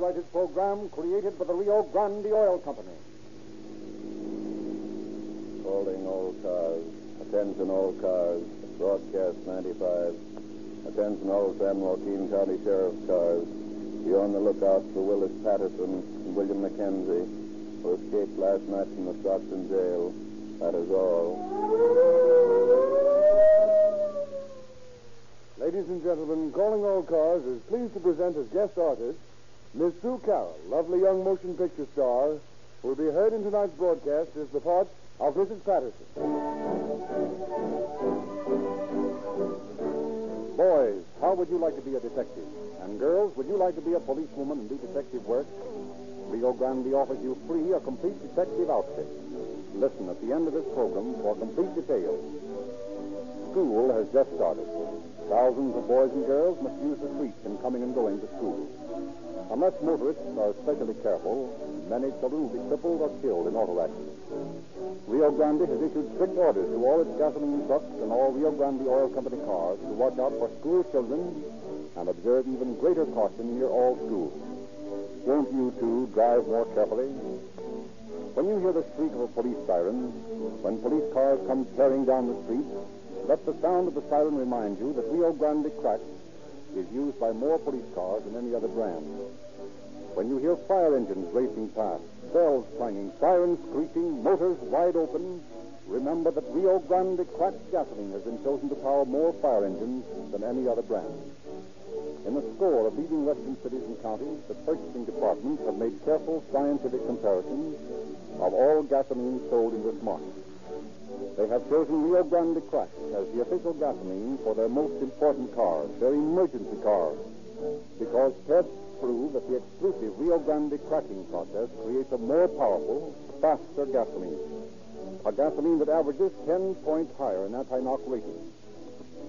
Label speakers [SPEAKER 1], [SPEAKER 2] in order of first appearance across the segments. [SPEAKER 1] budget program created by the Rio Grande Oil Company.
[SPEAKER 2] Holding all cars. Attention all cars. Broadcast 95. Attention all San Joaquin County Sheriff's cars. Be on the lookout for Willis Patterson and William McKenzie, who escaped last night from the Stockton jail. That is all.
[SPEAKER 1] Ladies and gentlemen, calling all cars is pleased to present as guest artist Miss Sue Carroll, lovely young motion picture star, who will be heard in tonight's broadcast as the part of Mrs. Patterson. Boys, how would you like to be a detective? And girls, would you like to be a policewoman and do detective work? Rio Grande offers you free a complete detective outfit. Listen at the end of this program for complete details. School has just started. Thousands of boys and girls must use the streets in coming and going to school. Unless motorists are especially careful, many children will be crippled or killed in auto accidents. Rio Grande has issued strict orders to all its gasoline trucks and all Rio Grande Oil Company cars to watch out for school children and observe even greater caution near all schools. Won't you two drive more carefully? When you hear the shriek of a police siren, when police cars come tearing down the street, let the sound of the siren remind you that Rio Grande Crack is used by more police cars than any other brand. When you hear fire engines racing past, bells clanging, sirens screeching, motors wide open, remember that Rio Grande Crack gasoline has been chosen to power more fire engines than any other brand. In a score of leading western cities and counties, the purchasing departments have made careful scientific comparisons of all gasoline sold in this market. They have chosen Rio Grande Crush as the official gasoline for their most important cars, their emergency cars, because tests prove that the exclusive Rio Grande cracking process creates a more powerful, faster gasoline. A gasoline that averages 10 points higher in anti-knock rating.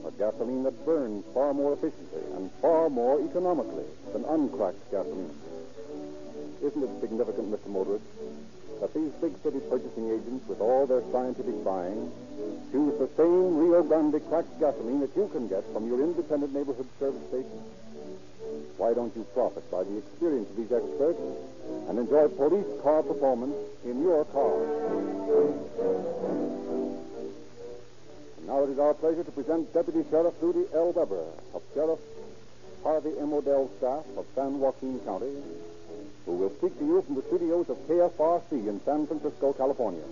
[SPEAKER 1] A gasoline that burns far more efficiently and far more economically than uncracked gasoline. Isn't it significant, Mr. Motorist, that these big city purchasing agents, with all their scientific buying, choose the same Rio Grande cracked gasoline that you can get from your independent neighborhood service station? Why don't you profit by the experience of these experts and enjoy police car performance in your car? And now it is our pleasure to present Deputy Sheriff Rudy L. Weber of Sheriff Harvey M. Odell staff of San Joaquin County, who will speak to you from the studios of KFRC in San Francisco, California.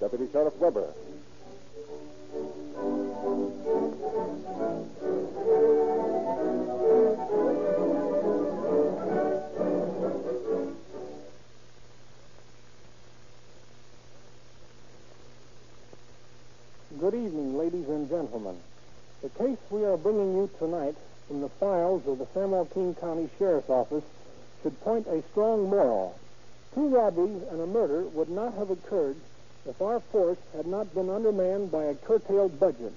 [SPEAKER 1] Deputy Sheriff Weber.
[SPEAKER 3] Good evening, ladies and gentlemen. The case we are bringing you tonight from the files of the San Joaquin County Sheriff's Office should point a strong moral. Two robberies and a murder would not have occurred if our force had not been undermanned by a curtailed budget.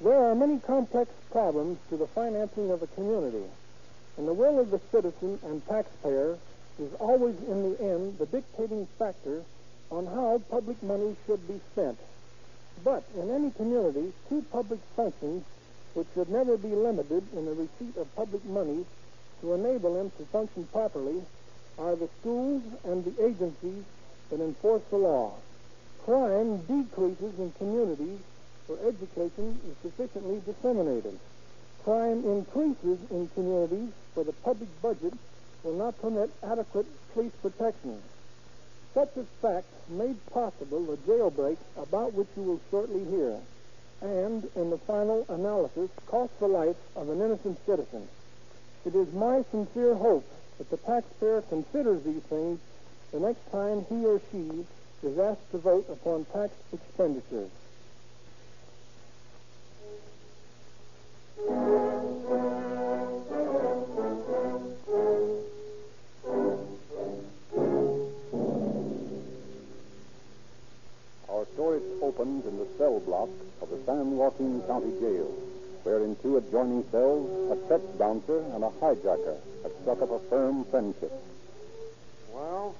[SPEAKER 3] There are many complex problems to the financing of a community, and the will of the citizen and taxpayer is always, in the end, the dictating factor on how public money should be spent. But in any community, two public functions which should never be limited in the receipt of public money to enable them to function properly are the schools and the agencies that enforce the law. Crime decreases in communities where education is sufficiently disseminated. Crime increases in communities where the public budget will not permit adequate police protection. Such a fact made possible the jailbreak about which you will shortly hear, and, in the final analysis, cost the life of an innocent citizen. It is my sincere hope that the taxpayer considers these things the next time he or she is asked to vote upon tax expenditures.
[SPEAKER 1] Our story opens in the cell block of the San Joaquin County Jail, where in two adjoining cells, a check bouncer and a hijacker have struck up a firm friendship.
[SPEAKER 4] Well,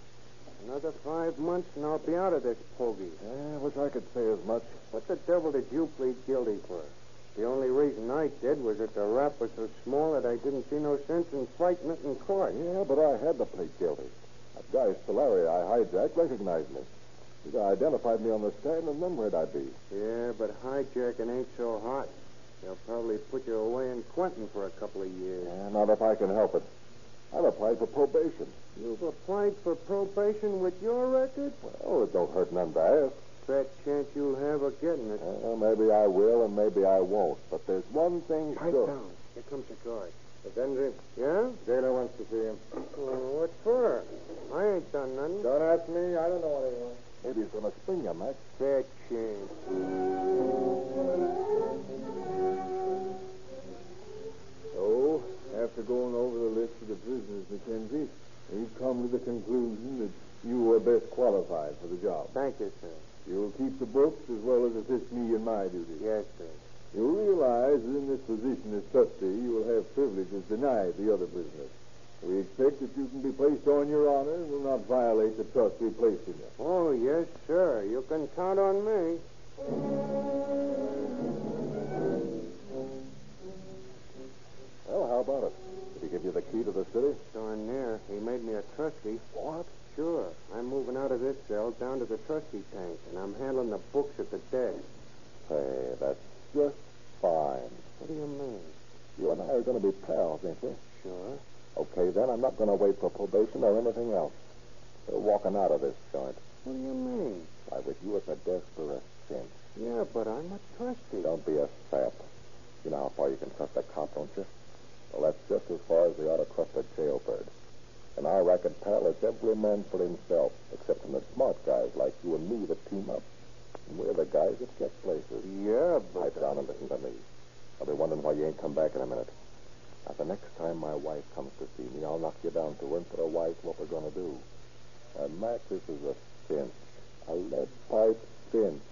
[SPEAKER 4] another five months and I'll be out of this pogie.
[SPEAKER 2] I wish I could say as much.
[SPEAKER 4] What the devil did you plead guilty for?
[SPEAKER 5] The only reason I did was that the rap was so small that I didn't see no sense in fighting it in court.
[SPEAKER 1] Yeah, but I had to plead guilty. That guy Solari I hijacked recognized me. He'd identified me on the stand, and then where'd I be?
[SPEAKER 5] Yeah, but hijacking ain't so hot. They'll probably put you away in Quentin for a couple of years.
[SPEAKER 1] Yeah, not if I can help it. I've applied for probation.
[SPEAKER 5] You've applied for probation with your record?
[SPEAKER 1] Well, it don't hurt none to ask.
[SPEAKER 5] Fat chance you'll have of getting it.
[SPEAKER 1] Well, maybe I will and maybe I won't. But there's one thing
[SPEAKER 5] Pipe
[SPEAKER 1] sure.
[SPEAKER 5] down. Here comes the guard. Avenger? Yeah? Dana wants to see him. what for? I ain't done nothing.
[SPEAKER 1] Don't ask me. I don't know what anyone. Maybe he's going to spring you, Max.
[SPEAKER 5] Fat chance.
[SPEAKER 6] So, after going over the list of the prisoners, Mackenzie, you've come to the conclusion that you were best qualified for the job.
[SPEAKER 5] Thank you, sir.
[SPEAKER 6] You'll keep the books as well as assist me in my duties.
[SPEAKER 5] Yes, sir.
[SPEAKER 6] You realize that in this position as trustee, you will have privileges denied the other prisoners. We expect that you can be placed on your honor and will not violate the trust we placed in you.
[SPEAKER 5] Oh, yes, sir. You can count on me.
[SPEAKER 1] Well, how about it? Did he give you the key to the city?
[SPEAKER 5] Darn near. He made me a trustee.
[SPEAKER 1] What?
[SPEAKER 5] Sure. I'm moving out of this cell down to the trustee tank, and I'm handling the books at the desk.
[SPEAKER 1] Hey, that's just fine.
[SPEAKER 5] What do you mean?
[SPEAKER 1] You and I are going to be pals, ain't we?
[SPEAKER 5] Sure.
[SPEAKER 1] Okay, then. I'm not going to wait for probation or anything else. We're walking out of this joint.
[SPEAKER 5] What do you mean?
[SPEAKER 1] Why, with you at the desk for a cent.
[SPEAKER 5] Yeah, but I'm a trustee.
[SPEAKER 1] Don't be a sap. You know how far you can trust a cop, don't you? Well, that's just as far as they ought to trust a jailbird. In our racket, pal, it's every man for himself, except in the smart guys like you and me that team up. And we're the guys that get places.
[SPEAKER 5] Yeah,
[SPEAKER 1] Pipe down and listen to me. I'll be wondering why you ain't come back in a minute. Now, the next time my wife comes to see me, I'll knock you down to her for a wife what we're going to do. And, Mac, this is a cinch. A lead pipe cinch.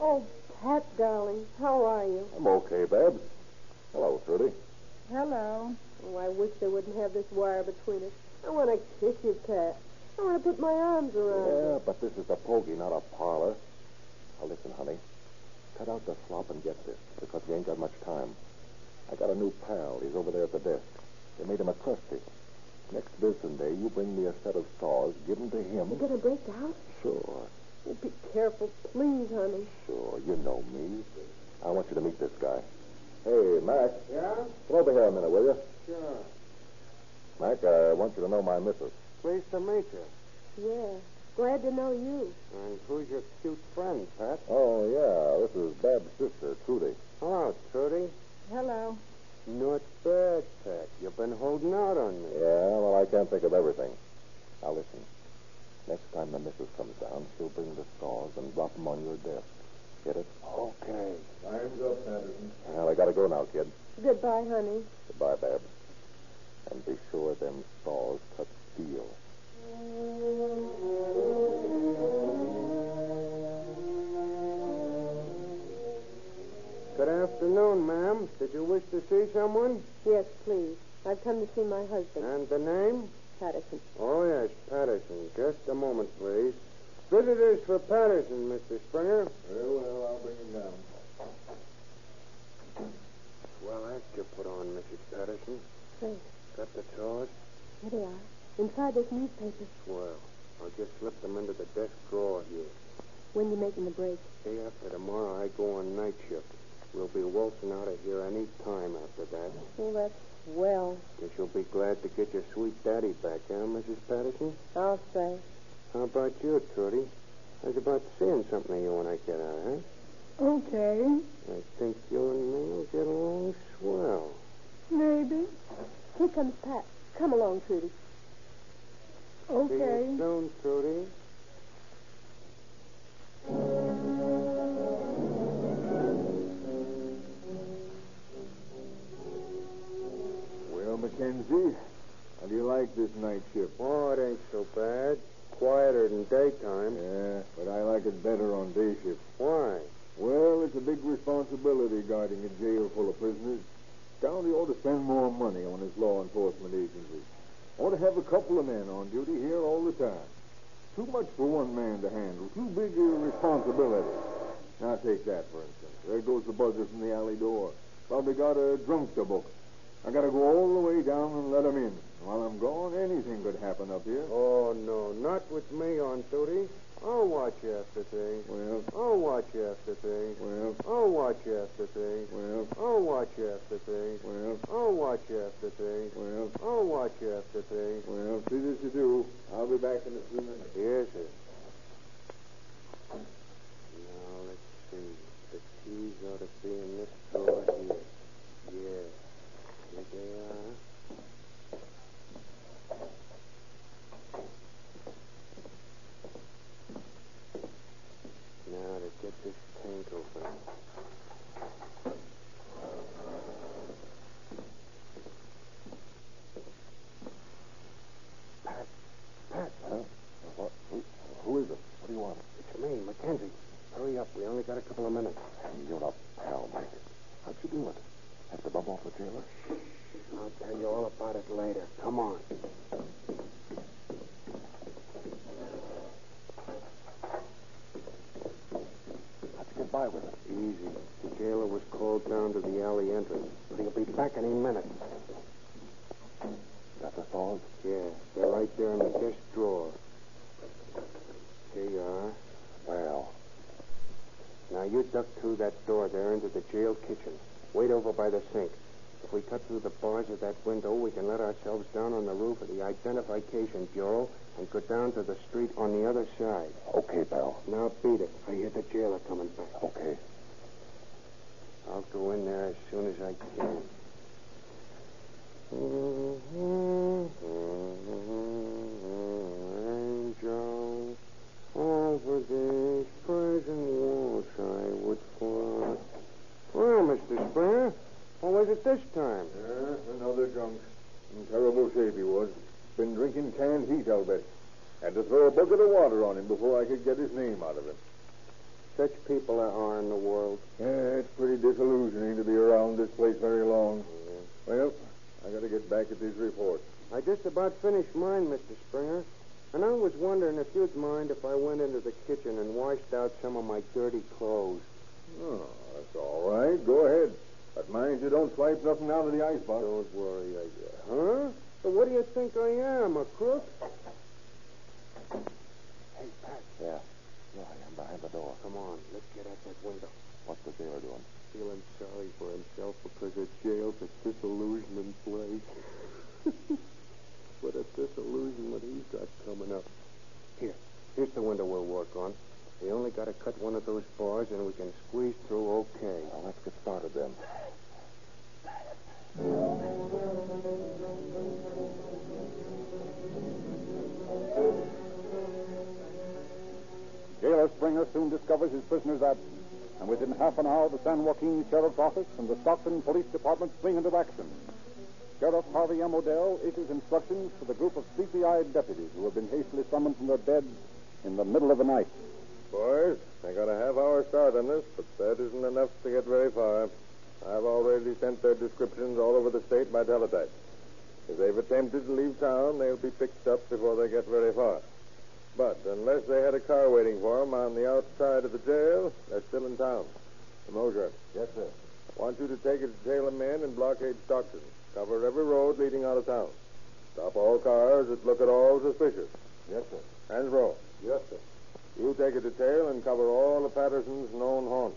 [SPEAKER 7] Oh, Pat, darling, how are you?
[SPEAKER 1] I'm okay, Babs. Hello, Trudy.
[SPEAKER 7] Hello. Oh, I wish they wouldn't have this wire between us. I want to kiss you, Pat. I want to put my arms around
[SPEAKER 1] Yeah, but this is a pokey, not a parlor. Now, listen, honey. Cut out the slop and get this, because we ain't got much time. I got a new pal. He's over there at the desk. They made him a trustee. Next business day, you bring me a set of saws, give 'em to
[SPEAKER 7] you.
[SPEAKER 1] him.
[SPEAKER 7] You gonna break out?
[SPEAKER 1] Sure,
[SPEAKER 7] Oh, be careful, please, honey.
[SPEAKER 1] sure. You know me. I want you to meet this guy. Hey, Mac,
[SPEAKER 5] Yeah?
[SPEAKER 1] come over here a minute, will you?
[SPEAKER 5] Sure.
[SPEAKER 1] Mac, I want you to know my missus.
[SPEAKER 5] Pleased to meet you.
[SPEAKER 7] Yeah. Glad to know you.
[SPEAKER 5] And who's your cute friend, Pat?
[SPEAKER 1] Oh, yeah, this is Bab's sister, Trudy.
[SPEAKER 5] Hello, Oh, Trudy.
[SPEAKER 7] Hello.
[SPEAKER 5] Not bad, Pat. You've been holding out on me.
[SPEAKER 1] Yeah, well, I can't think of everything. Now, listen. Next time the missus comes down, she'll bring the saws and drop 'em on your desk. Get it? Okay.
[SPEAKER 6] Time's up, Patterson.
[SPEAKER 1] Well, I gotta go now, kid.
[SPEAKER 7] Goodbye, honey.
[SPEAKER 1] Goodbye, Babs. And be sure them saws cut steel.
[SPEAKER 5] Good afternoon, ma'am. Did you wish to see someone?
[SPEAKER 7] Yes, please. I've come to see my husband,
[SPEAKER 5] And the name?
[SPEAKER 7] Patterson.
[SPEAKER 5] Oh, yes, Patterson. Just a moment, please. Visitors for Patterson, Mr. Springer.
[SPEAKER 6] Very well, I'll bring him down.
[SPEAKER 5] Well, act you put on, Mrs. Patterson.
[SPEAKER 7] Thanks.
[SPEAKER 5] Got the saws?
[SPEAKER 7] Here they are. Inside this newspaper.
[SPEAKER 5] Well, I'll just slip them into the desk drawer here.
[SPEAKER 7] When you making the break?
[SPEAKER 5] Day after tomorrow, I go on night shift. We'll be waltzing out of here any time after that.
[SPEAKER 7] Oh, that's well.
[SPEAKER 5] Guess you'll be glad to get your sweet daddy back, eh, Mrs. Patterson?
[SPEAKER 7] I'll say.
[SPEAKER 5] How about you, Trudy? I was about saying something to you when I get out, huh?
[SPEAKER 7] Okay.
[SPEAKER 5] I think you and me will get along swell.
[SPEAKER 7] Maybe. Here comes Pat. Come along, Trudy.
[SPEAKER 5] See you soon, Trudy.
[SPEAKER 6] Well, Mackenzie, how do you like this night shift?
[SPEAKER 5] Oh, it ain't so bad. Quieter than daytime.
[SPEAKER 6] Yeah, but I like it better on day shift.
[SPEAKER 5] Why?
[SPEAKER 6] Well, it's a big responsibility guarding a jail full of prisoners. County ought to spend more money on its law enforcement agencies. Ought to have a couple of men on duty here all the time.
[SPEAKER 1] Too much for one man to handle. Too big a responsibility. Now take that, for instance. There goes the buzzer from the alley door. Probably got a drunk to book. I gotta go all the way down and let him in. While I'm gone, anything could happen up here.
[SPEAKER 5] Oh, no, not with me on duty. I'll watch after things.
[SPEAKER 1] Well, oh,
[SPEAKER 5] I'll watch after things.
[SPEAKER 1] well, oh,
[SPEAKER 5] I'll Oh, watch after things.
[SPEAKER 1] well,
[SPEAKER 5] I'll watch after things.
[SPEAKER 1] well,
[SPEAKER 5] I'll watch after things.
[SPEAKER 1] well,
[SPEAKER 5] I'll watch after things.
[SPEAKER 1] well. See that you do. I'll be back in a few minutes.
[SPEAKER 5] Yes, sir. Now, let's see. The keys ought to be in this drawer here. Yeah. Here they are. Now, to get this tank open.
[SPEAKER 8] Who is it? What do you want?
[SPEAKER 5] It's me, Mackenzie. Hurry up. We only got a couple of minutes.
[SPEAKER 8] You're a pal, Mike. How'd you do it? Have to bump off the jailer?
[SPEAKER 5] I'll tell you all about it later. Come on.
[SPEAKER 8] How'd you get by with it?
[SPEAKER 5] Easy. The jailer was called down to the alley entrance, but he'll be back any minute.
[SPEAKER 8] Got the saws?
[SPEAKER 5] Yeah, they're right there in the desk drawer. Here you are.
[SPEAKER 8] Well,
[SPEAKER 5] Now you duck through that door there into the jail kitchen. Wait over by the sink. If we cut through the bars of that window, we can let ourselves down on the roof of the Identification Bureau and go down to the street on the other side.
[SPEAKER 8] okay, pal.
[SPEAKER 5] Now beat it. I hear the jailer coming back.
[SPEAKER 8] Okay.
[SPEAKER 5] I'll go in there as soon as I can. Angel, over these prison walls I would fly. Well, Mr. Springer, what was it this time?
[SPEAKER 1] Yeah, another drunk. In terrible shape he was. Been drinking canned heat, I'll bet. Had to throw a bucket of water on him before I could get his name out of him.
[SPEAKER 5] Such people there are in the world.
[SPEAKER 1] Yeah, it's pretty disillusioning to be around this place very long.
[SPEAKER 8] Mm.
[SPEAKER 1] Well, I gotta get back at these reports.
[SPEAKER 5] I just about finished mine, Mr. Springer. And I was wondering if you'd mind if I went into the kitchen and washed out some of my dirty clothes.
[SPEAKER 1] Oh, that's all right. Go ahead. But mind you don't swipe nothing out of the icebox.
[SPEAKER 5] Don't worry, I guess. Huh? But what do you think I am, a crook?
[SPEAKER 8] Hey, Pat. Yeah. Yeah, I am behind the door.
[SPEAKER 5] Come on, let's get out that window.
[SPEAKER 8] What's the jailer doing?
[SPEAKER 5] Feeling sorry for himself because the jail's a disillusionment place. what a disillusionment he's got coming up. Here, here's the window we'll work on. We only got to cut one of those bars and we can squeeze through okay.
[SPEAKER 8] Well, let's get started then.
[SPEAKER 3] Jailer Springer soon discovers his prisoner's absence, and within half an hour, the San Joaquin Sheriff's Office and the Stockton Police Department spring into action. Sheriff Harvey M. Odell issues instructions to the group of sleepy-eyed deputies who have been hastily summoned from their beds in the middle of the night.
[SPEAKER 1] Boys, they got a half hour start on this, but that isn't enough to get very far. I've already sent their descriptions all over the state by teletype. If they've attempted to leave town, they'll be picked up before they get very far. But unless they had a car waiting for them on the outside of the jail, they're still in town. Mosier. Yes, sir. I want you to take a detail of men and blockade Stockton. Cover every road leading out of town. Stop all cars that look at all suspicious. Yes, sir. Hansbrough. Yes, sir. You take a detail and cover all of Patterson's known haunts.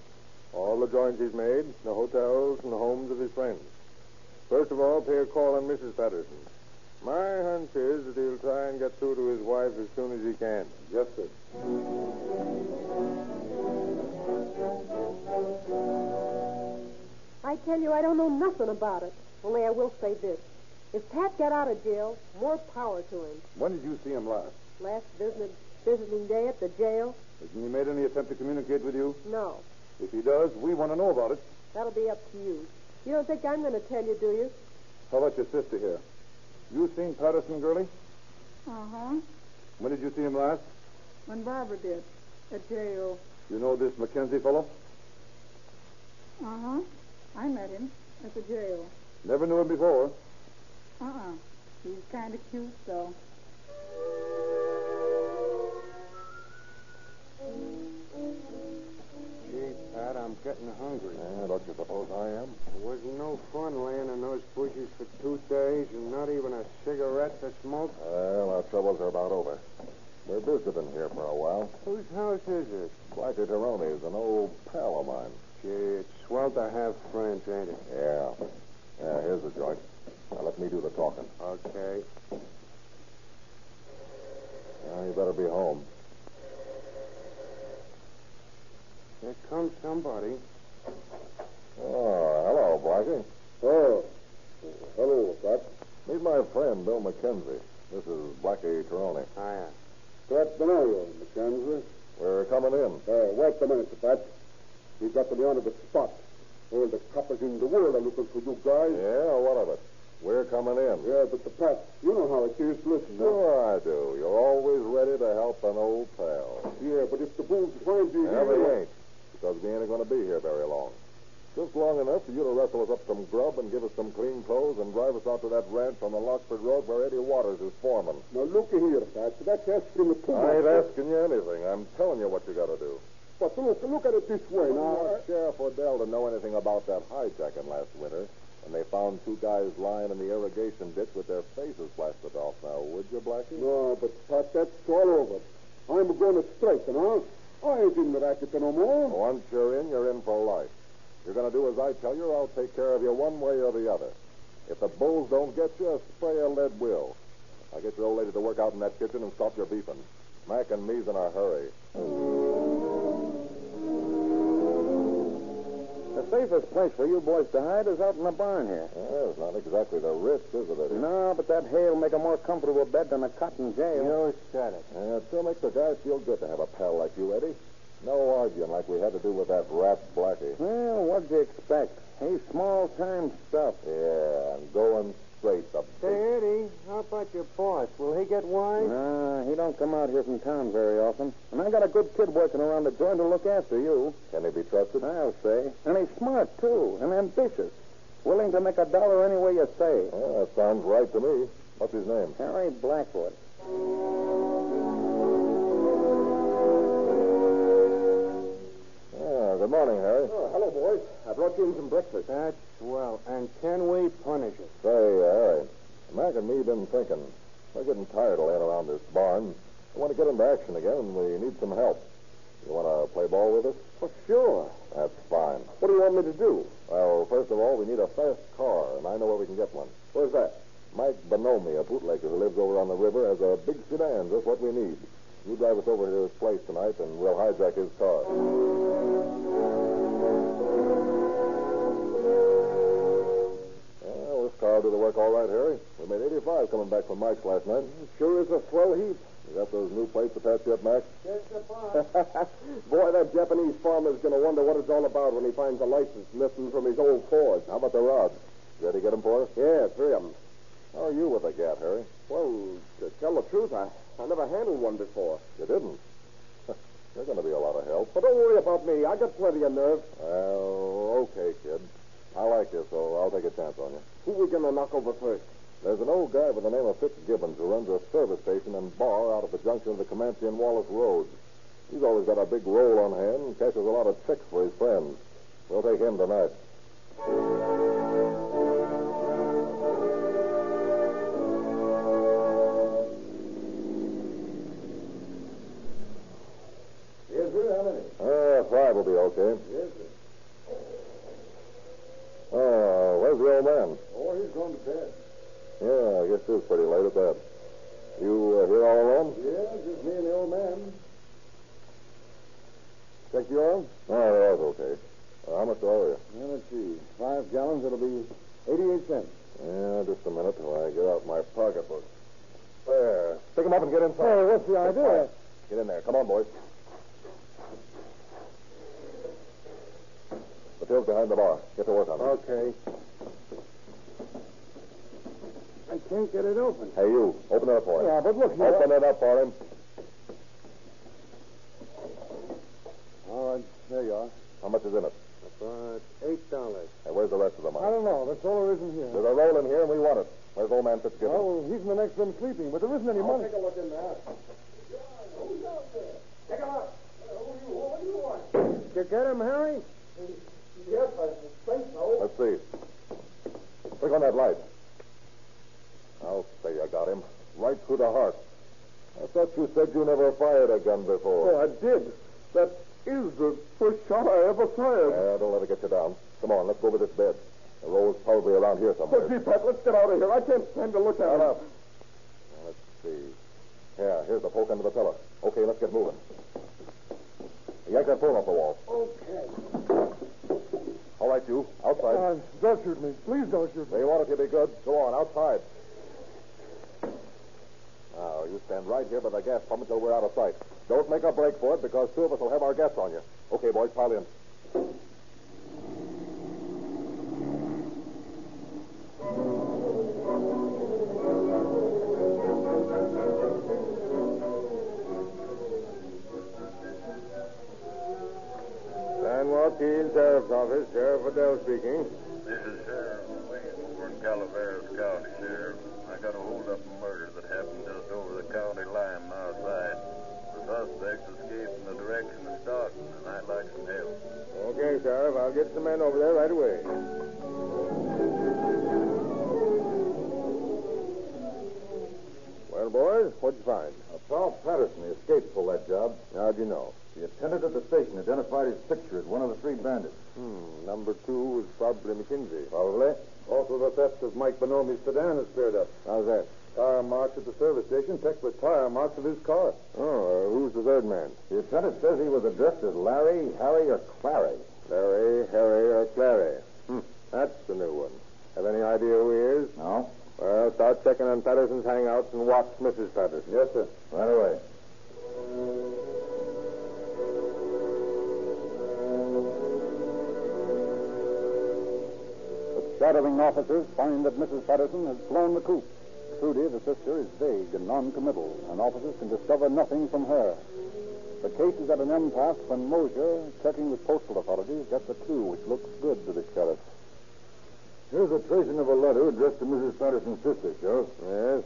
[SPEAKER 1] All the joints he's made, the hotels and the homes of his friends. First of all, pay a call on Mrs. Patterson. My hunch is that he'll try and get through to his wife as soon as he can. Yes, sir.
[SPEAKER 7] I tell you, I don't know nothing about it. Only I will say this. If Pat got out of jail, more power to him.
[SPEAKER 8] When did you see him last?
[SPEAKER 7] Last visit, visiting day at the jail?
[SPEAKER 8] Hasn't he made any attempt to communicate with you?
[SPEAKER 7] No.
[SPEAKER 8] If he does, we want to know about it.
[SPEAKER 7] That'll be up to you. You don't think I'm going to tell you, do you?
[SPEAKER 8] How about your sister here? You seen Patterson, Gurley?
[SPEAKER 9] Uh-huh.
[SPEAKER 8] When did you see him last?
[SPEAKER 9] When Barbara did. At jail.
[SPEAKER 8] You know this Mackenzie fellow?
[SPEAKER 9] Uh-huh. I met him at the jail.
[SPEAKER 8] Never knew him before.
[SPEAKER 9] Uh-uh. He's kind of cute, though.
[SPEAKER 1] suppose I am.
[SPEAKER 10] It was no fun laying in those bushes for two days and not even a cigarette to smoke.
[SPEAKER 1] Well, our troubles are about over. We're visiting here for a while.
[SPEAKER 10] Whose house is it?
[SPEAKER 1] Blackie Tarone is an old pal of mine.
[SPEAKER 10] Gee, it's swell to have friends, ain't it?
[SPEAKER 1] Yeah. Yeah, here's the joint. Now, let me do the talking.
[SPEAKER 10] Okay.
[SPEAKER 1] Now, you better be home.
[SPEAKER 10] Here comes somebody.
[SPEAKER 1] Oh, hello, Blackie.
[SPEAKER 5] Oh, hello, Doc.
[SPEAKER 1] Meet my friend, Bill McKenzie. This is Blackie Tarone.
[SPEAKER 10] Hiya.
[SPEAKER 5] Glad to know you, McKenzie.
[SPEAKER 1] We're coming in.
[SPEAKER 5] Uh, wait a minute, Pat. We've got to be on to the spot. All the coppers in the world are looking for you guys.
[SPEAKER 1] Yeah, what of it? We're coming in.
[SPEAKER 5] Yeah, but the Pat, you know how it is. Listen.
[SPEAKER 1] Sure I do. You're always ready to help an old pal.
[SPEAKER 5] Yeah, but if the bulls find you
[SPEAKER 1] Yeah,
[SPEAKER 5] here...
[SPEAKER 1] they ain't, because we ain't going to be here very long. Just long enough for you to rustle us up some grub and give us some clean clothes and drive us out to that ranch on the Lockford Road where Eddie Waters is foreman.
[SPEAKER 5] Now, look here, Pat. That's asking the too
[SPEAKER 1] I ain't
[SPEAKER 5] much.
[SPEAKER 1] asking you anything. I'm telling you what you got to do.
[SPEAKER 5] But look, look at it this way.
[SPEAKER 1] I
[SPEAKER 5] Now,
[SPEAKER 1] want Sheriff Odell to know anything about that hijacking last winter when they found two guys lying in the irrigation ditch with their faces blasted off. Now, would you, Blackie?
[SPEAKER 5] No, but Pat, that's all over. I'm going to strike, you know. I ain't in the racket no more.
[SPEAKER 1] Once you're in, you're in for life. You're going to do as I tell you, or I'll take care of you one way or the other. If the bulls don't get you, a spray of lead will. I'll get your old lady to work out in that kitchen and stop your beeping. Mac and me's in a hurry.
[SPEAKER 5] The safest place for you boys to hide is out in the barn here.
[SPEAKER 1] Well, it's not exactly the risk, is it, Eddie?
[SPEAKER 5] No, but that hay'll make a more comfortable bed than a cotton jail.
[SPEAKER 10] You said it.
[SPEAKER 1] Yeah, it sure makes the guy feel good to have a pal like you, Eddie. No arguing like we had to do with that rat Blackie.
[SPEAKER 5] Well, what'd you expect? He's small time stuff.
[SPEAKER 1] Yeah, and going straight up.
[SPEAKER 10] Say, Eddie, how about your boss? Will he get wise?
[SPEAKER 5] Nah, he don't come out here from town very often. And I got a good kid working around the joint to look after you.
[SPEAKER 1] Can he be trusted?
[SPEAKER 5] I'll say. And he's smart, too, and ambitious. Willing to make a dollar any way you say.
[SPEAKER 1] Yeah, that sounds right to me. What's his name?
[SPEAKER 5] Harry Blackwood.
[SPEAKER 1] Yeah, good morning, Harry.
[SPEAKER 5] Oh, hello, boys. I brought you in some breakfast.
[SPEAKER 10] That's swell. And can we punish it?
[SPEAKER 1] Say, uh, Harry, Mac and me been thinking. We're getting tired of laying around this barn. We want to get into action again, and we need some help. You want to play ball with us?
[SPEAKER 5] Well, sure.
[SPEAKER 1] That's fine.
[SPEAKER 5] What do you want me to do?
[SPEAKER 1] Well, first of all, we need a fast car, and I know where we can get one.
[SPEAKER 5] Where's that?
[SPEAKER 1] Mike Bonomi, a bootlegger who lives over on the river, has a big sedan, just what we need. You drive us over to his place tonight, and we'll hijack his car. Well, this car will do the work all right, Harry. We made 85 coming back from Mike's last night.
[SPEAKER 5] Sure is a swell heap.
[SPEAKER 1] You got those new plates attached yet, Mac?
[SPEAKER 5] Boy, that Japanese farmer's going to wonder what it's all about when he finds a license missing from his old Ford.
[SPEAKER 1] How about the rods? You ready to get them for us?
[SPEAKER 5] Yeah, three of 'em.
[SPEAKER 1] How are you with a gat, Harry?
[SPEAKER 5] Well, to tell the truth, I, I never handled one before.
[SPEAKER 1] You didn't. You're going to be a lot of help.
[SPEAKER 5] But don't worry about me. I got plenty of nerve.
[SPEAKER 1] Well, okay, kid. I like you, so I'll take a chance on you.
[SPEAKER 5] Who we going to knock over first?
[SPEAKER 1] There's an old guy by the name of Fitzgibbons who runs a service station and bar out at the junction of the Comanche and Wallace Roads. He's always got a big roll on hand and catches a lot of tricks for his friends. We'll take him tonight.
[SPEAKER 5] Yes, sir. How many?
[SPEAKER 1] Uh, five will be okay.
[SPEAKER 5] Yes, sir.
[SPEAKER 1] Oh, where's the old man?
[SPEAKER 5] Oh, he's gone to bed.
[SPEAKER 1] Yeah, I guess it's pretty late at that. You uh, here all alone?
[SPEAKER 5] Yeah, just me and the old man.
[SPEAKER 1] Check you on? No, that was okay. Uh, how much do I owe you?
[SPEAKER 5] Yeah, let's see. Five gallons, it'll be 88 cents.
[SPEAKER 1] Yeah, just a minute till I get out my pocketbook. There. Pick him up and get inside.
[SPEAKER 5] Hey, what's the
[SPEAKER 1] Get
[SPEAKER 5] idea?
[SPEAKER 1] quiet. Get in there. Come on, boys. The pill's behind the bar. Get to work on it.
[SPEAKER 5] Okay. I can't get it open.
[SPEAKER 1] Hey, you. Open it up for him.
[SPEAKER 5] Yeah, but look here.
[SPEAKER 1] Open it up for him.
[SPEAKER 5] All right, there you are.
[SPEAKER 1] How much is in it?
[SPEAKER 10] About eight dollars.
[SPEAKER 1] Hey, where's the rest of the
[SPEAKER 11] I
[SPEAKER 1] money?
[SPEAKER 11] don't know. That's all there is in here.
[SPEAKER 1] There's a roll in here, and we want it. Where's old man Fitzgibbon?
[SPEAKER 11] Well, he's in the next room sleeping, but there isn't any money.
[SPEAKER 5] a look in there.
[SPEAKER 10] You get him, Harry?
[SPEAKER 12] Yes, I should say so.
[SPEAKER 1] Let's see. Click on that light. I'll say I got him. Right through the heart. I thought you said you never fired a gun before.
[SPEAKER 13] Oh, I did. That is the first shot I ever fired.
[SPEAKER 1] Yeah, don't let it get you down. Come on, let's go over this bed. The roll's probably around here somewhere.
[SPEAKER 13] But, gee, Pat, let's get out of here. I can't stand to look at
[SPEAKER 1] Shut
[SPEAKER 13] it.
[SPEAKER 1] up. Now, Let's see. Yeah, here's the poke under the pillow. Okay, let's get moving. Yank that phone off the wall.
[SPEAKER 12] Okay.
[SPEAKER 1] All right, you. Outside.
[SPEAKER 13] Uh, don't shoot me. Please don't shoot me.
[SPEAKER 1] They want it to be good. Go on, outside. Now, you stand right here by the gas pump until we're out of sight. Don't make a break for it because two of us will have our gas on you. Okay, boys, pile in. San Joaquin Sheriff's Office, Sheriff Adele speaking.
[SPEAKER 14] This is Sheriff Williams over in Calaveras County, Sheriff. I got a holdup and murder that happened just over the county line outside. The suspect escaped in the direction of Stockton, and I'd like some help.
[SPEAKER 1] Okay, Sheriff, I'll get the men over there right away. Well, boys, what'd you find?
[SPEAKER 5] Saul Patterson, the escape for that job.
[SPEAKER 1] How'd you know?
[SPEAKER 5] The attendant at the station identified his picture as one of the three bandits.
[SPEAKER 1] Hmm, number two was probably McKinsey.
[SPEAKER 5] Probably. Also, the theft of Mike Bonomi's sedan has cleared up.
[SPEAKER 1] How's that?
[SPEAKER 5] Tire marks at the service station checked with tire marks of his car.
[SPEAKER 1] Oh, uh, who's the third man?
[SPEAKER 5] The attendant says he was addressed as Larry, Harry, or Clary.
[SPEAKER 1] Larry, Harry, or Clary? Hmm, that's the new one. Have any idea who he is?
[SPEAKER 5] No?
[SPEAKER 1] Well, start checking on Patterson's hangouts and watch Mrs. Patterson. Yes, sir.
[SPEAKER 5] Right away. The shadowing officers find that Mrs. Patterson has flown the coop. Trudy, the sister, is vague and noncommittal, and officers can discover nothing from her. The case is at an impasse when Mosier, checking with postal authorities, gets a clue which looks good to the sheriff. Here's a tracing of a letter addressed to Mrs. Patterson's sister, Sheriff.
[SPEAKER 1] Yes?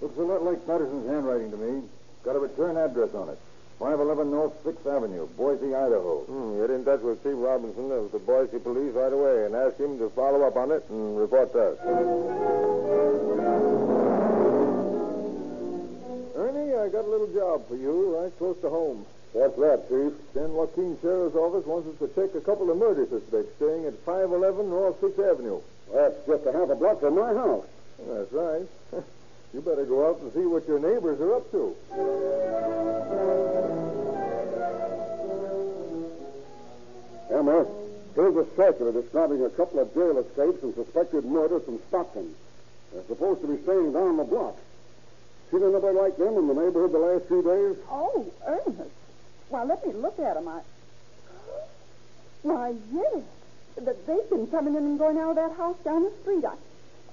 [SPEAKER 5] Looks a lot like Patterson's handwriting to me. Got a return address on it. 511 North 6th Avenue, Boise, Idaho.
[SPEAKER 1] Hmm, get in touch with Steve Robinson of the Boise Police right away and ask him to follow up on it and report to us. Ernie, I got a little job for you right close to home.
[SPEAKER 5] What's that, Chief?
[SPEAKER 1] San Joaquin Sheriff's Office wants us to check a couple of murder suspects staying at 511 North 6th Avenue.
[SPEAKER 5] That's just a half a block from my house.
[SPEAKER 1] That's right. you better go out and see what your neighbors are up to.
[SPEAKER 5] Emma, here's a circular describing a couple of jail escapes and suspected murders from Stockton. They're supposed to be staying down the block. Seen anybody like them in the neighborhood the last few days?
[SPEAKER 9] Oh, Ernest. Well, let me look at 'em. I. Why, yes. Th- They've been coming in and going out of that house down the street. I...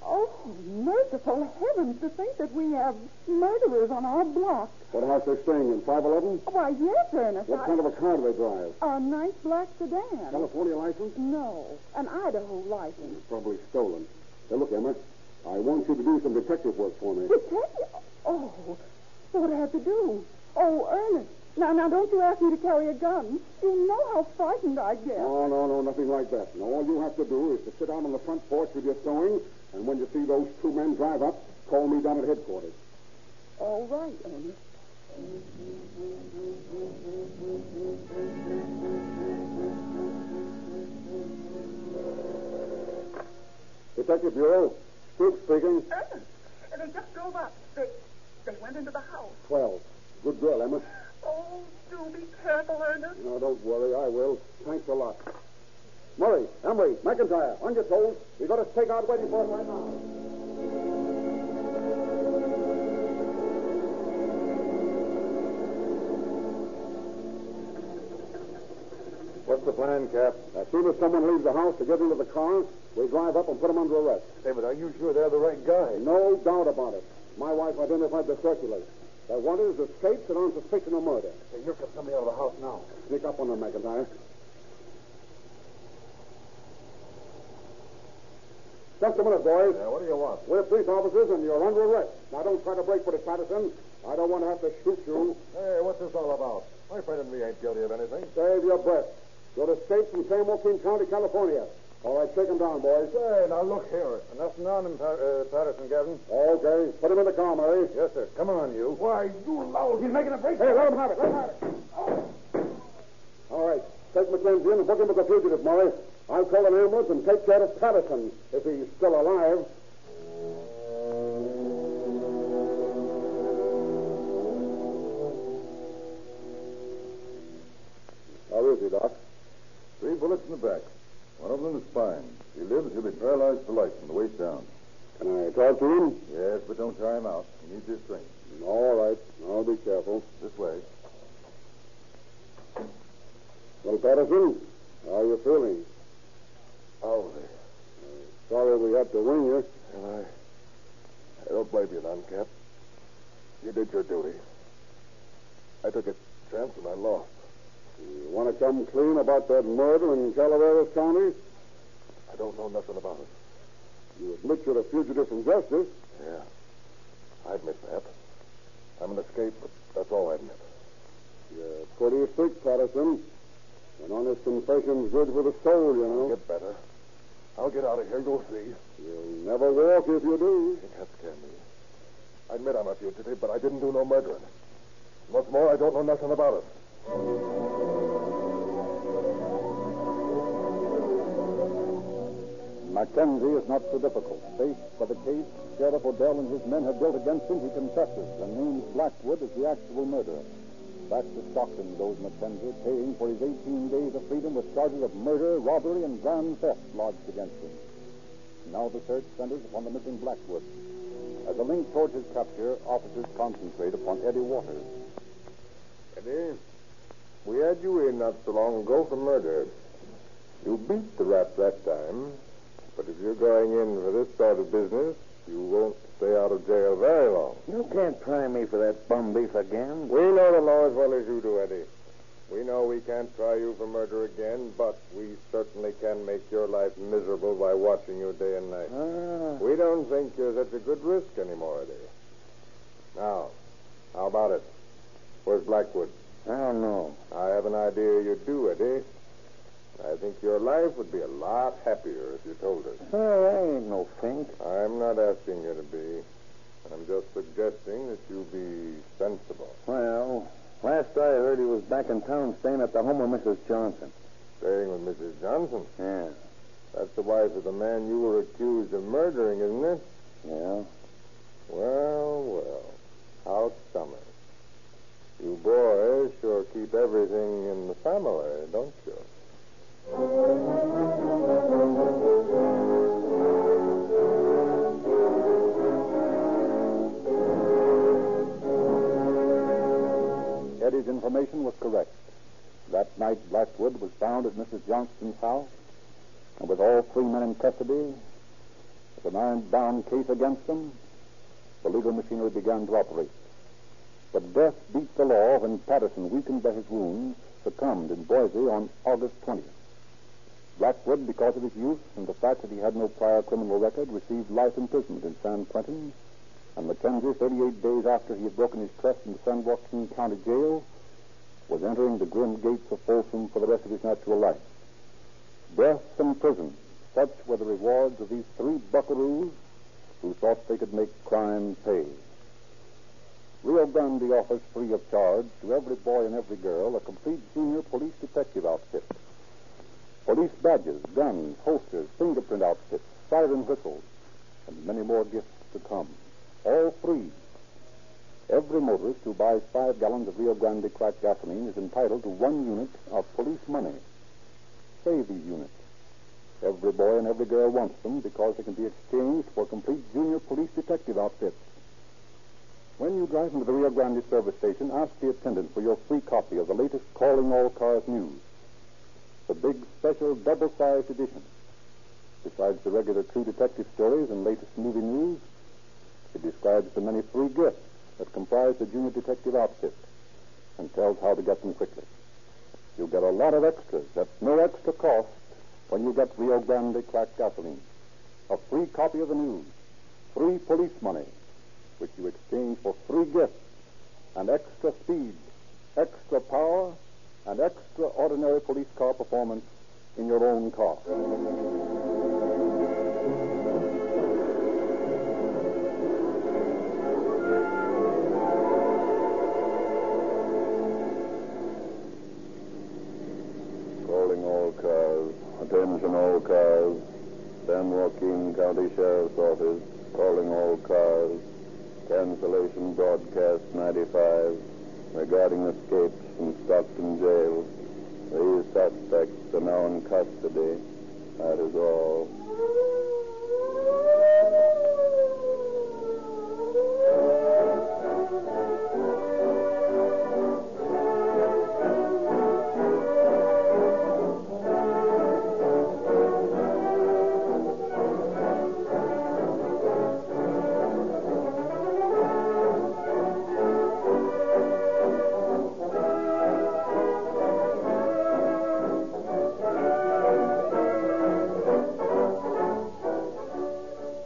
[SPEAKER 9] Oh, merciful heavens, to think that we have murderers on our block.
[SPEAKER 5] What house they're staying in? 511?
[SPEAKER 9] Why, yes, Ernest.
[SPEAKER 5] What
[SPEAKER 9] I-
[SPEAKER 5] kind of a car do they drive?
[SPEAKER 9] A nice black sedan.
[SPEAKER 5] California license?
[SPEAKER 9] No, an Idaho license.
[SPEAKER 5] Probably stolen. Now, look, Emma, I want you to do some detective work for me.
[SPEAKER 9] Detective? Oh, what do I have to do? Oh, Ernest. Now, now, don't you ask me to carry a gun. You know how frightened I get.
[SPEAKER 5] No, no, no, nothing like that. No, all you have to do is to sit down on the front porch with your sewing, and when you see those two men drive up, call me down at headquarters.
[SPEAKER 9] All right, Ernest.
[SPEAKER 5] Detective Bureau, Duke speaking.
[SPEAKER 15] Ernest, they just drove up. They, they went into the house.
[SPEAKER 5] 12. Good girl, Emma.
[SPEAKER 15] Oh, do be careful, Ernest.
[SPEAKER 5] No, don't worry, I will. Thanks a lot. Murray, Emery, McIntyre, on your toes. We've got a stakeout waiting for us right now.
[SPEAKER 1] What's the plan, Cap?
[SPEAKER 5] As soon as someone leaves the house to get into the car, we drive up and put them under arrest.
[SPEAKER 1] Hey, but are you sure they're the right guy?
[SPEAKER 5] No doubt about it. My wife identified the circulars. They're wanted as escapes and on suspicion of murder.
[SPEAKER 1] Hey, here comes somebody out of the house now.
[SPEAKER 5] Sneak up on them, McIntyre. Just a minute, boys.
[SPEAKER 1] Yeah, what do you want?
[SPEAKER 5] We're police officers, and you're under arrest. Now, don't try to break for it, Patterson. I don't want to have to shoot you.
[SPEAKER 1] Hey, what's this all about? My friend and me ain't guilty of anything.
[SPEAKER 5] Save your breath. Go to State from San Joaquin County, California. All right, take him down, boys.
[SPEAKER 16] Say, now look here. Nothing on him, Pat- uh, Patterson, Captain.
[SPEAKER 5] Okay, put him in the car, Murray.
[SPEAKER 16] Yes, sir. Come on, you.
[SPEAKER 17] Why, you loud. He's making a break.
[SPEAKER 5] Hey, let him have it. Let him have it. All right, take McKenzie in and book him as a fugitive, Murray. I'll call an ambulance and take care of Patterson if he's still alive.
[SPEAKER 18] How is he, Doc?
[SPEAKER 19] Three bullets in the back. One of them in the spine. If he lives, he'll be paralyzed for life from the waist down.
[SPEAKER 18] Can I talk to him?
[SPEAKER 19] Yes, but don't tire him out. He needs his strength.
[SPEAKER 18] All right. I'll be careful.
[SPEAKER 19] This way.
[SPEAKER 18] Well, Patterson, how are you feeling? Uh,
[SPEAKER 16] Oh,
[SPEAKER 18] Sorry we had to wing you.
[SPEAKER 16] and I, I don't blame you none, Cap. You did your duty. I took a chance and I lost.
[SPEAKER 18] You want to come clean about that murder in Calaveras County?
[SPEAKER 16] I don't know nothing about it.
[SPEAKER 18] You admit you're a fugitive from justice.
[SPEAKER 16] Yeah. I admit that. I'm an escape, but that's all I admit.
[SPEAKER 18] You're pretty sick, Patterson. An honest confession's good for the soul, you know.
[SPEAKER 16] I'll get better. I'll get out of here. Go see.
[SPEAKER 18] You'll never walk if you do.
[SPEAKER 16] You can't scare me. I admit I'm a fugitive, but I didn't do no murdering. What's more, I don't know nothing about it.
[SPEAKER 5] Mackenzie is not so difficult. Faced by the case Sheriff Odell and his men have built against him, he confesses and names Blackwood as the actual murderer. Back to Stockton goes Mackenzie, paying for his 18 days of freedom with charges of murder, robbery, and grand theft lodged against him. Now the search centers upon the missing Blackwood. As a link towards his capture, officers concentrate upon Eddie Waters.
[SPEAKER 1] Eddie, we had you in not so long ago for murder. You beat the rap that time, but if you're going in for this sort of business, you won't stay out of jail very long.
[SPEAKER 20] You can't try me for that bum beef again.
[SPEAKER 1] We know the law as well as you do, Eddie. We know we can't try you for murder again, but we certainly can make your life miserable by watching you day and night.
[SPEAKER 20] Ah.
[SPEAKER 1] We don't think you're such a good risk anymore, Eddie. Now, how about it? Where's Blackwood?
[SPEAKER 20] Ah, I don't know.
[SPEAKER 1] I have an idea you do, Eddie. I think your life would be a lot happier if you told us.
[SPEAKER 20] Hey, Ah, I ain't no fink.
[SPEAKER 1] I'm not asking you to be. I'm just suggesting that you be sensible.
[SPEAKER 20] Well, last I heard he was back in town staying at the home of Mrs. Johnson.
[SPEAKER 1] Staying with Mrs. Johnson?
[SPEAKER 20] Yeah.
[SPEAKER 1] That's the wife of the man you were accused of murdering, isn't it?
[SPEAKER 20] Yeah.
[SPEAKER 1] Well, well. How's summer? You boys sure keep everything in the family, don't you?
[SPEAKER 5] Eddie's information was correct. That night, Blackwood was found at Mrs. Johnston's house, and with all three men in custody, with an iron-bound case against them, the legal machinery began to operate. But death beat the law when Patterson, weakened by his wounds, succumbed in Boise on August 20th. Blackwood, because of his youth and the fact that he had no prior criminal record, received life imprisonment in San Quentin, and Mackenzie, 38 days after he had broken his trust in the San Joaquin County Jail, was entering the grim gates of Folsom for the rest of his natural life. Death and prison, such were the rewards of these three buckaroos who thought they could make crime pay. Rio Grande offers free of charge to every boy and every girl a complete junior police detective outfit. Police badges, guns, holsters, fingerprint outfits, siren whistles, and many more gifts to come. All free. Every motorist who buys five gallons of Rio Grande cracked gasoline is entitled to one unit of police money. Savvy units. Every boy and every girl wants them because they can be exchanged for complete junior police detective outfits. When you drive into the Rio Grande service station, ask the attendant for your free copy of the latest Calling All Cars news. The big special double-sized edition. Besides the regular true detective stories and latest movie news, it describes the many free gifts that comprise the junior detective outfit and tells how to get them quickly. You'll get a lot of extras at no extra cost when you get Rio Grande cracked gasoline. A free copy of the news, free police money, which you exchange for free gifts and extra speed, extra power, and extraordinary police car. star performance in your own car.
[SPEAKER 1] Calling all cars. Attention all cars. San Joaquin County Sheriff's Office. Calling all cars. Cancellation broadcast 95 regarding escapes from Stockton jail. These suspects are now in custody. That is all.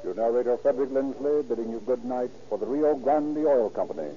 [SPEAKER 5] Your narrator, Frederick Lindsley, bidding you good night for the Rio Grande Oil Company.